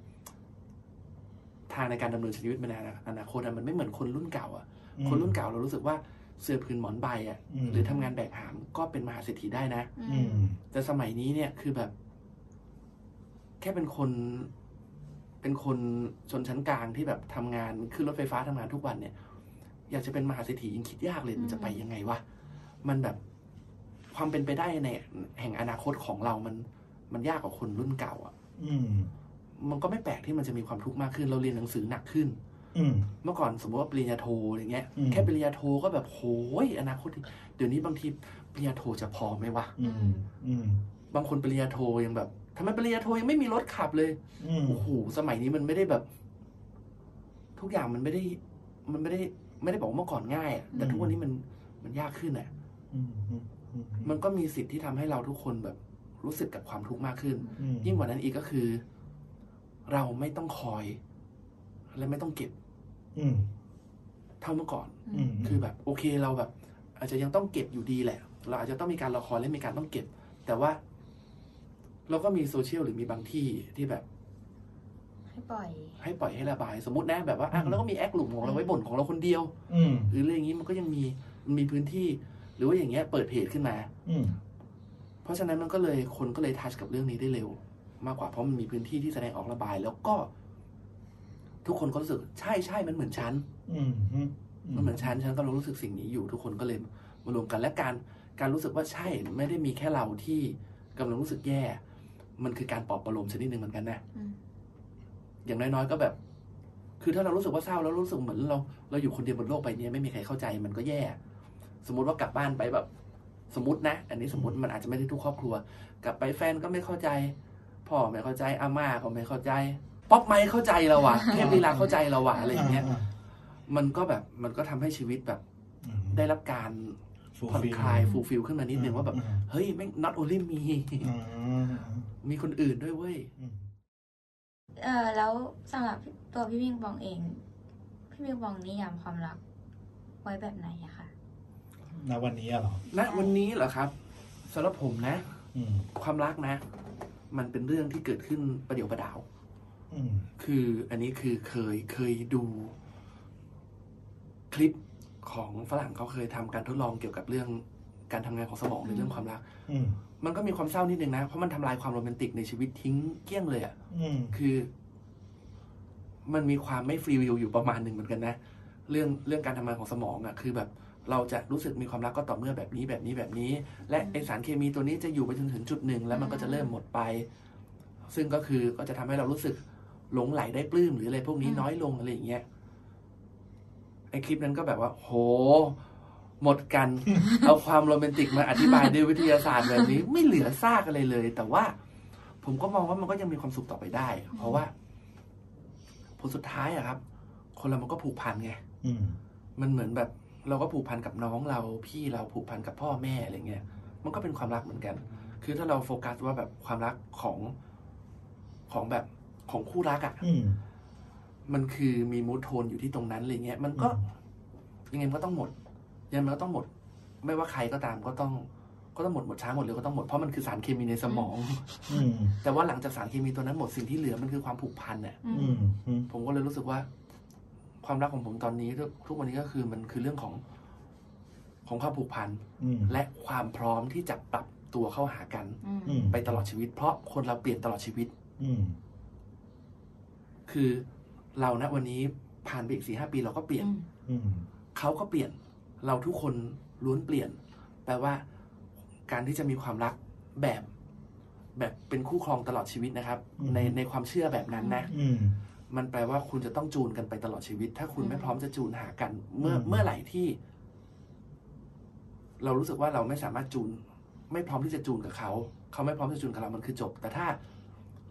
ทางในการดำเนินชีวิตมันในอนาคตอะมันไม่เหมือนคนรุ่นเก่าอะคนรุ่นเก่าเรารู้สึกว่าเสื้อผืนหมอนใบอะ อืม หรือทำงานแบกหามก็เป็นมหาเศรษฐีได้นะ อื อื ม ม แต่สมัยนี้เนี่ยคือแบบ แค่เป็นคน เป็นคนชนชั้นกลางที่แบบทำงานขึ้นรถไฟฟ้าทำงานทุกวันเนี่ย อยากจะเป็นมหาเศรษฐียังคิดยากเลยมันจะไปยังไงวะมันแบบความเป็นไปได้ในแห่งอนาคตของเรามัน มันยากกว่าคนรุ่นเก่าอ่ะ อืม มันก็ไม่แปลกที่มันจะมีความทุกข์มากขึ้น เราเรียนหนังสือหนักขึ้น อืม เมื่อก่อนสมมติว่าปริญญาโทอะไรเงี้ย อืม แค่ปริญญาโทก็แบบโหยอนาคตดีเดี๋ยวนี้บางทีปริญญาโทจะพอไหมวะ อืมอืม บางคนปริญญาโทยังแบบทำไมปริญญาโทยังไม่มีรถขับเลย อืม โอ้โห สมัยนี้มันไม่ได้แบบ ทุกอย่างมันไม่ได้ มันไม่ได้ ไม่ได้บอกว่าเมื่อก่อนง่ายอะแต่ทุกวันนี้มัน มันยากขึ้นอ่ะ อืมอืมอืม มันก็มีสิทธิ์ที่ทำให้เราทุกคนแบบ รู้สึกกับความทุกข์มากขึ้น อืม ยิ่งกว่านั้นอีกก็คือ เราไม่ต้องคอย และไม่ต้องเก็บ อืม เท่าเมื่อก่อน อืม คือแบบ โอเคเราแบบ อาจจะยังต้องเก็บอยู่ดีแหละ เราอาจจะต้องมีการละครและมีการต้องเก็บ แต่ว่า เราก็มีโซเชียลหรือมีบางที่ที่แบบ ให้ปล่อย ให้ปล่อยให้ระบาย สมมตินะแบบว่าอ่ะเราก็มีแอคหลุมของเราไว้บ่นของเราคนเดียว อืม หรืออะไรอย่างนี้มันก็ยังมีมันมีพื้นที่ หรือว่าอย่างเงี้ยเปิดเพจขึ้นมา อืม เพราะฉะนั้นมันก็เลยคนก็เลยทัชกับเรื่องนี้ได้เร็ว มากกว่าเพราะมันมีพื้นที่ที่แสดงออกระบาย แล้วก็ ทุกคนก็รู้สึกใช่ใช่มันเหมือนฉัน อืมอืม มันเหมือนฉันฉันก็รู้สึกสิ่งนี้อยู่ ทุกคนก็เลยมารวมกันและการการรู้สึกว่าใช่ไม่ได้มีแค่เราที่กำลังรู้สึกแย่ มันคือการปลอบประโลมชนิดหนึ่งเหมือนกันนะ อืม อย่างน้อยๆก็แบบ คือถ้าเรารู้สึกว่าเศร้าแล้วรู้สึกเหมือนเรา เราอยู่คนเดียวบนโลกใบนี้ไม่มีใครเข้าใจมันก็แย่ สมมติว่ากลับบ้านไปแบบ สมมตินะ อันนี้สมมติมันอาจจะไม่ได้ทุกครอบครัว กลับไปแฟนก็ไม่เข้าใจ พ่อไม่เข้าใจอาม่าก็ไม่เข้าใจ ป๊อปไมค์เข้าใจเราว่ะ เทพลีลาเข้าใจเราว่ะอะไรอย่างเงี้ย มันก็แบบ มันก็ทำให้ชีวิตแบบ ได้รับการผ่อนคลายฟูลฟิลขึ้นมานิดนึงว่าแบบ เฮ้ยแม่ง not only มี อืม มีคนอื่นด้วยเว้ย อืม เออแล้วสำหรับตัวพี่มิงบองเอง พี่มิงบองนิยามความรัก ไว้แบบไหนอะคะ ณวันนี้อะเหรอ ณ วันนี้เหรอครับสำหรับผมนะ อืม ความรักนะ มันเป็นเรื่องที่เกิดขึ้นประเดี๋ยวประดาว อืม คืออันนี้คือเคยเคยดู คลิปของฝรั่งเขาเคยทำการทดลองเกี่ยวกับเรื่องการทำงานของสมองในเรื่องความรัก อืม มันก็มีความเศร้านิดนึงนะ เพราะมันทำลายความโรแมนติกในชีวิตทิ้งเกลี้ยงเลยอะ่ะ อืม คือ มันมีความไม่ฟรีวิวอยู่ประมาณหนึ่งเหมือนกันนะเรื่องเรื่องการทำงานของสมองอะ่ะ คือแบบเราจะรู้สึกมีความรักก็ต่อเมื่อแบบนี้แบบนี้แบบนี้ และไอสารเคมีตัวนี้จะอยู่ไปจนถึงจุดหนึ่งแล้วมันก็จะเริ่มหมดไป ซึ่งก็คือก็จะทำให้เรารู้สึกหลงไหลได้ปลื้มหรืออะไรพวกนี้น้อยลงอะไรอย่างเงี้ยไอคลิปนั้นก็แบบว่า โห หมดกัน เอาความโรแมนติกมาอธิบายด้วยวิทยาศาสตร์แบบนี้ ไม่เหลือซากอะไรเลย แต่ว่า ผมก็มองว่ามันก็ยังมีความสุขต่อไปได้ เพราะว่าผลสุดท้ายอะครับ คนเรามันก็ผูกพันไง อืม มันเหมือนแบบเราก็ผูกพันกับน้องเราพี่เราผูกพันกับพ่อแม่อะไรเงี้ย มันก็เป็นความรักเหมือนกัน คือถ้าเราโฟกัสว่าแบบความรักของของแบบ ของคู่รักอ่ะ อืม มันคือมีมูทโทนอยู่ที่ตรงนั้นอะไรเงี้ย มันก็ยังไงมันก็ต้องหมด ยังไงมันก็ต้องหมด ไม่ว่าใครก็ตามก็ต้อง ก็ต้องหมดหมดช้าหมดเร็วก็ต้องหมด เพราะมันคือสารเคมีในสมอง อืม แต่ว่าหลังจากสารเคมีตัวนั้นหมดสิ่งที่เหลือมันคือความผูกพันเนี่ย อื อื ม มอืม ผมก็เลยรู้สึกว่า ความรักของผมตอนนี้ทุกทุกวันนี้ก็คือมันคือเรื่องของ ของความผูกพัน อืม และความพร้อมที่จะปรับตัวเข้าหากัน อืม อืม ไปตลอดชีวิต เพราะคนเราเปลี่ยนตลอดชีวิต อืม คือเราณวันนี้ผ่านไปอีกสี่ห้าปีเราก็เปลี่ยน อืม อืม เขาก็เปลี่ยน เราทุกคนล้วนเปลี่ยน แปลว่า การที่จะมีความรักแบบ แบบเป็นคู่ครองตลอดชีวิตนะครับ อืม ในในความเชื่อแบบนั้นนะ อืม มันแปลว่าคุณจะต้องจูนกันไปตลอดชีวิต ถ้าคุณไม่พร้อมจะจูนหากัน เมื่อ อืม เมื่อไหร่ที่ เรารู้สึกว่าเราไม่สามารถจูน ไม่พร้อมที่จะจูนกับเขา เขาไม่พร้อมที่จะจูนกับเรามันคือจบ แต่ถ้า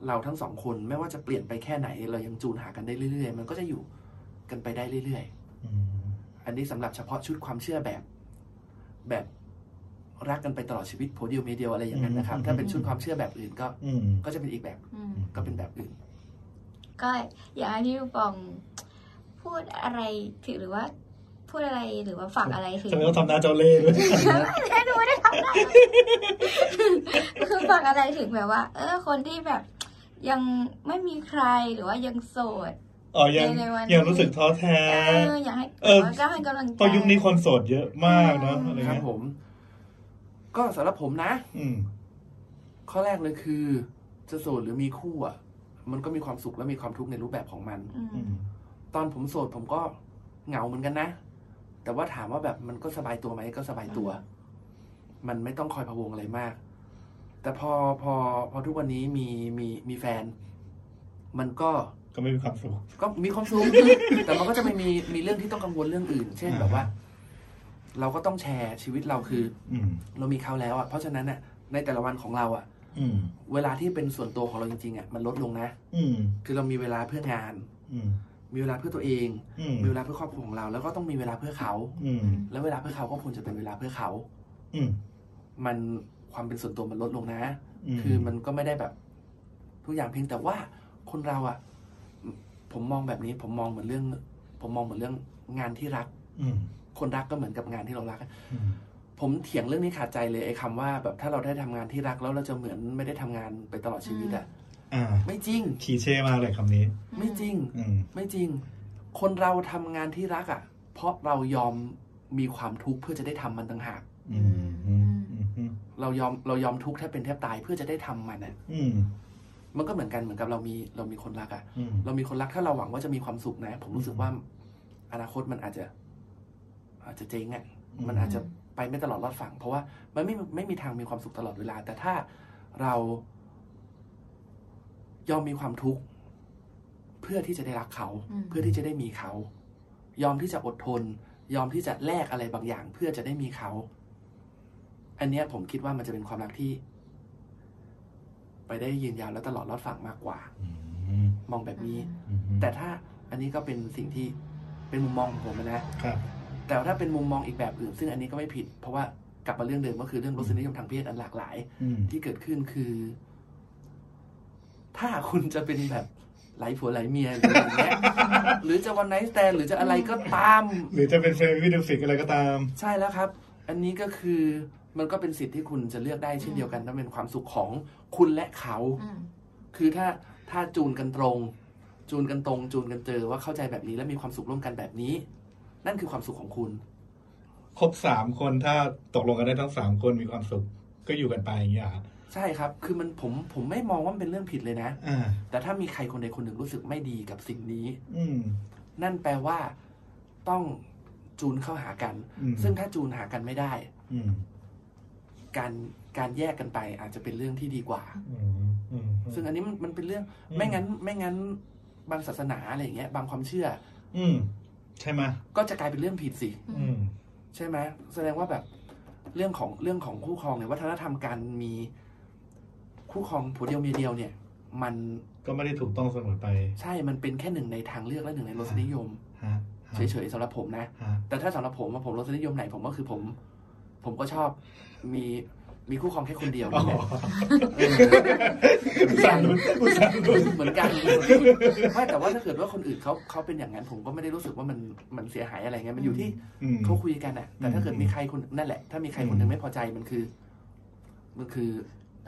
เราทั้งสองคนไม่ว่าจะเปลี่ยนไปแค่ไหน เรายังจูนหากันได้เรื่อยๆ มันก็จะอยู่กันไปได้เรื่อยๆ อืม อันนี้สำหรับเฉพาะชุดความเชื่อแบบ แบบรักกันไปตลอดชีวิตโพเดียวเมเดียวอะไรอย่างนั้นนะครับ ถ้าเป็นชุดความเชื่อแบบอื่นก็ อืม ก็จะเป็นอีกแบบ อืม ก็เป็นแบบอื่น ก็อยากให้พี่ปองพูดอะไรถึงหรือว่า พูดอะไรหรือว่าฝากอะไรถึง ทำไมต้องทำหน้าเจ้าเล่ห์ด้วย ไม่รู้ได้ทำอะไรคือฝากอะไรถึงแบบว่า เออ คนที่แบบ ยังไม่มีใครหรือว่ายังโสด อ๋อ ยัง ในวันนี้ ยังรู้สึกท้อแท้ เอออยากให้ เออ ก็ให้กำลังใจ เพราะยุคนี้คนโสดเยอะมากเนอะอะไร ครับ เงี้ย ผม ก็สำหรับผมนะ อืม ข้อแรกเลยคือ จะโสดหรือมีคู่อ่ะ มันก็มีความสุขและมีความทุกข์ในรูปแบบของมัน อื อื ม ม ตอนผมโสดผมก็เหงาเหมือนกันนะ แต่ว่าถามว่าแบบมันก็สบายตัวไหมก็สบายตัว มันไม่ต้องคอยพะวงอะไรมาก แต่พอพอพอทุกวันนี้มีมีมีแฟน มันก็ ก็ไม่มีความสุข ก็มีความสุข แต่มันก็จะไม่มีมีเรื่องที่ต้องกังวลเรื่องอื่น เช่น อ่า แบบว่า เราก็ต้องแชร์ชีวิตเราคือ อืม เรามีเขาแล้วอ่ะเพราะฉะนั้นอ่ะ ในแต่ละวันของเราอ่ะ อืม เวลาที่เป็นส่วนตัวของเราจริงๆอ่ะมันลดลงนะ อืม คือเรามีเวลาเพื่องาน อืม มีเวลาเพื่อตัวเอง อืม มีเวลาเพื่อครอบครัวของเรา แล้วก็ต้องมีเวลาเพื่อเขา อืม แล้วเวลาเพื่อเขาก็ควรจะเป็นเวลาเพื่อเขา อืม มันความเป็นส่วนตัวมันลดลงนะ อืม คือมันก็ไม่ได้แบบ ทุกอย่างเพียงแต่ว่าคนเราอะผมมองแบบนี้ ผมมองเหมือนเรื่อง ผมมองเหมือนเรื่องงานที่รัก อืม คนรักก็เหมือนกับงานที่เรารัก อืม ผมเถียงเรื่องนี้ขาดใจเลยไอ้คำว่าแบบถ้าเราได้ทำงานที่รักแล้วเราจะเหมือนไม่ได้ทำงานไปตลอดชีวิตอะ อ่า ไม่จริง คีเช่มากเลยคำนี้ ไม่จริง อืม ไม่จริง คนเราทำงานที่รักอะเพราะเรายอมมีความทุกข์เพื่อจะได้ทำมันต่างหาก อืม อืม อืม เรายอมเรายอมทุกข์แทบเป็นแทบตายเพื่อจะได้ทำมันน่ะ อืม มันก็เหมือนกันเหมือนกับเรามีเรามีคนรักอะ อืม เรามีคนรักถ้าเราหวังว่าจะมีความสุขนะ ผมรู้สึกว่า อนาคตมันอาจจะ อาจจะเจ๊งอะ อืม มันอาจจะไปไม่ตลอดรอดฝั่งเพราะว่ามันไม่ไม่มีทางมีความสุขตลอดเวลา แต่ถ้าเรายอมมีความทุกข์เพื่อที่จะได้รักเขา อืม เพื่อที่จะได้มีเขา ยอมที่จะอดทน ยอมที่จะแลกอะไรบางอย่าง เพื่อจะได้มีเขา อันเนี้ยผมคิดว่ามันจะเป็นความรักที่ ไปได้ยืนยาวและตลอดรอดฝั่งมากกว่า อืม มองแบบนี้ อืม แต่ถ้าอันนี้ก็เป็นสิ่งที่เป็นมุมมองของผมนะ ครับ แต่ถ้าเป็นมุมมองอีกแบบอื่น ซึ่งอันนี้ก็ไม่ผิด เพราะว่ากลับมาเรื่องเดิมก็คือเรื่องรสนิยมทางเพศอันหลากหลาย อืม ที่เกิดขึ้นคือ ถ้าคุณจะเป็นแบบไหลผัวไหลเมียหรืออะไรอย่างเงี้ย หรือจะวันไนท์แตนหรือจะอะไรก็ตาม หรือจะเป็นเฟรมวิดีฟิกอะไรก็ตาม ใช่แล้วครับ อันนี้ก็คือมันก็เป็นสิทธิ์ที่คุณจะเลือกได้เช่นเดียวกันนั่นเป็นความสุขของคุณและเขา อืม คือถ้าถ้าจูนกันตรง จูนกันตรง จูนกันเจอว่าเข้าใจแบบนี้และมีความสุขร่วมกันแบบนี้ นั่นคือความสุขของคุณ ครบสามคนถ้าตกลงกันได้ทั้งสามคนมีความสุข ก็อยู่กันไปอย่างเงี้ยเหรอ ใช่ครับ คือมันผมผมไม่มองว่ามันเป็นเรื่องผิดเลยนะ อ่า แต่ถ้ามีใครคนใดคนหนึ่งรู้สึกไม่ดีกับสิ่งนี้ อืม นั่นแปลว่าต้องจูนเข้าหากัน อืม ซึ่งถ้าจูนหากันไม่ได้ อืม การการแยกกันไปอาจจะเป็นเรื่องที่ดีกว่า อืมอืม ซึ่งอันนี้มันมันเป็นเรื่อง อืม ไม่งั้น ไม่งั้น บางศาสนาอะไรอย่างเงี้ย บางความเชื่อ อืม ใช่ไหมย ก็จะกลายเป็นเรื่องผิดสิ อื อื ม ม ใช่ไหมแสดงว่าแบบเรื่องของเรื่องของคู่ครองเนี่ยวัฒนธรรมการมีคู่ครองผัวเดียวเมียเดียวเนี่ย มัน ก็ไม่ได้ถูกต้องเสมอไป ใช่มันเป็นแค่หนึ่งในทางเลือกและหนึ่งในรสนิยม ฮะ เฉยๆสำหรับผมนะ ฮะ แต่ถ้าสำหรับผมอะผมรสนิยมไหนผมก็คือผม ผมก็ชอบมี มีคู่ครองแค่คนเดียว อ๋อ อุตส่าห์ลุ้น อุตส่าห์ลุ้น เหมือนกันไม่แต่ว่าถ้าเกิดว่าคนอื่นเขาเขาเป็นอย่างนั้นผมก็ไม่ได้รู้สึกว่ามันมันเสียหายอะไรไงมันอยู่ที่ อืม เขาคุยกันนะแต่ถ้าเกิด อืม มีใครคนนั่นแหละ ถ้ามีใคร อืม คนหนึ่งไม่พอใจมันคือ มันคือ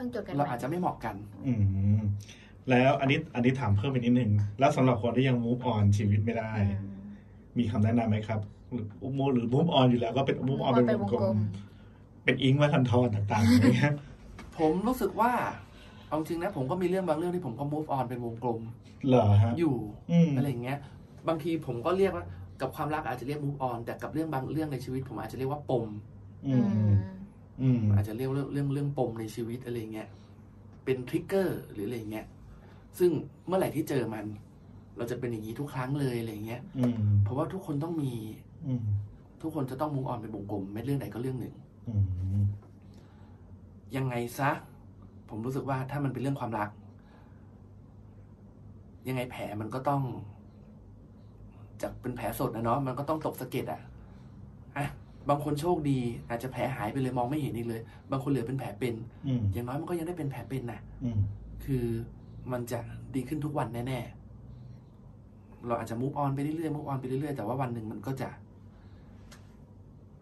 ต้องจดกัน เรา ไว้ อาจจะไม่เหมาะกัน อืมแล้วอันนี้อันนี้ถามเพิ่มไปนิดนึง แล้วสำหรับคนที่ยัง move on ชีวิตไม่ได้ อืม มีคำแนะนำไหมครับหรือ move หรือ move on อยู่แล้วก็เป็น move on เป็นวงกลม เป็นอิงว่าทันทอนต่างๆอย่างเงี้ย ผมรู้สึกว่าเอาจริงนะ ผมก็มีเรื่องบางเรื่องที่ผมก็ move on เป็นวงกลม เหรอฮะ อยู่ อืม อะไรอย่างเงี้ย บางทีผมก็เรียกว่ากับความรักอาจจะเรียก move on แต่กับเรื่องบางเรื่องในชีวิต ผมอาจจะเรียกว่าปม อื อื ม ม อืม อาจจะเรียกเรื่องเรื่องเรื่องปมในชีวิตอะไรเงี้ย เป็นทริกเกอร์หรืออะไรเงี้ย ซึ่งเมื่อไหร่ที่เจอมัน เราจะเป็นอย่างนี้ทุกครั้งเลยอะไรเงี้ย อืม เพราะว่าทุกคนต้องมี อืม ทุกคนจะต้องมุงออนเป็นวงกลมไม่เรื่องไหนก็เรื่องหนึ่ง อืม ยังไงซะ ผมรู้สึกว่าถ้ามันเป็นเรื่องความรัก ยังไงแผลมันก็ต้อง จากเป็นแผลสดนะเนาะมันก็ต้องตกสะเก็ดอะอ่ะบางคนโชคดี อาจจะแผลหายไปเลยมองไม่เห็นอีกเลย บางคนเหลือเป็นแผลเป็น อืม อย่างน้อยมันก็ยังได้เป็นแผลเป็นนะ อืม คือมันจะดีขึ้นทุกวันแน่ ๆ เราอาจจะมูฟออนไปเรื่อยๆมูฟออนไปเรื่อยๆ แต่ว่าวันหนึ่งมันก็จะ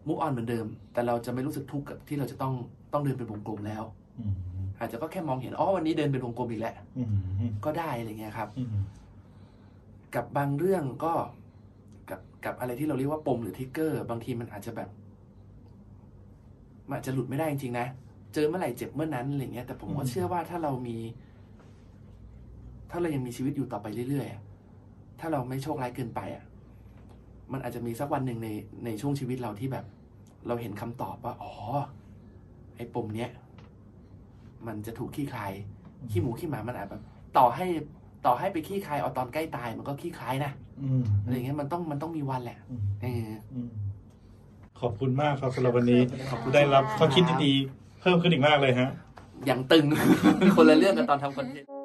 มูฟออนเหมือนเดิม แต่เราจะไม่รู้สึกทุกข์กับที่เราจะต้องต้องเดินเป็นวงกลมแล้ว อืม อาจจะก็แค่มองเห็นอ๋อวันนี้เดินเป็นวงกลมอีกแล้ว อืมอืม ก็ได้อะไรเงี้ยครับ อืม กับบางเรื่องก็กับกับอะไรที่เราเรียกว่าปมหรือทริกเกอร์ บางทีมันอาจจะแบบมันอาจจะหลุดไม่ได้จริงๆนะ เจอเมื่อไหร่เจ็บเมื่อนั้นอะไรเงี้ยแต่ผมก็เชื่อว่าถ้าเรามี ถ้าเรายังมีชีวิตอยู่ต่อไปเรื่อยๆอะถ้าเราไม่โชคร้ายเกินไปอ่ะมันอาจจะมีสักวันหนึ่งในในช่วงชีวิตเราที่แบบ เราเห็นคำตอบว่า อ๋อ ไอ้ปมเนี้ยมันจะถูกขี้คลาย ขี้หมูขี้หมามันอาจแบบต่อให้ต่อให้ไปขี้คายเอาตอนใกล้ตายมันก็ขี้คายนะ อืม อะไรอย่างเงี้ยมันต้องมันต้องมีวันแหละ อืม เออ อืมขอบคุณมากครับสำหรับวันนี้ ขอบคุณ ได้รับข้อคิดดีๆ เพิ่มขึ้นอีกมากเลยฮะ อย่างตึง คนละเรื่องกับตอนทำคอนเทนต์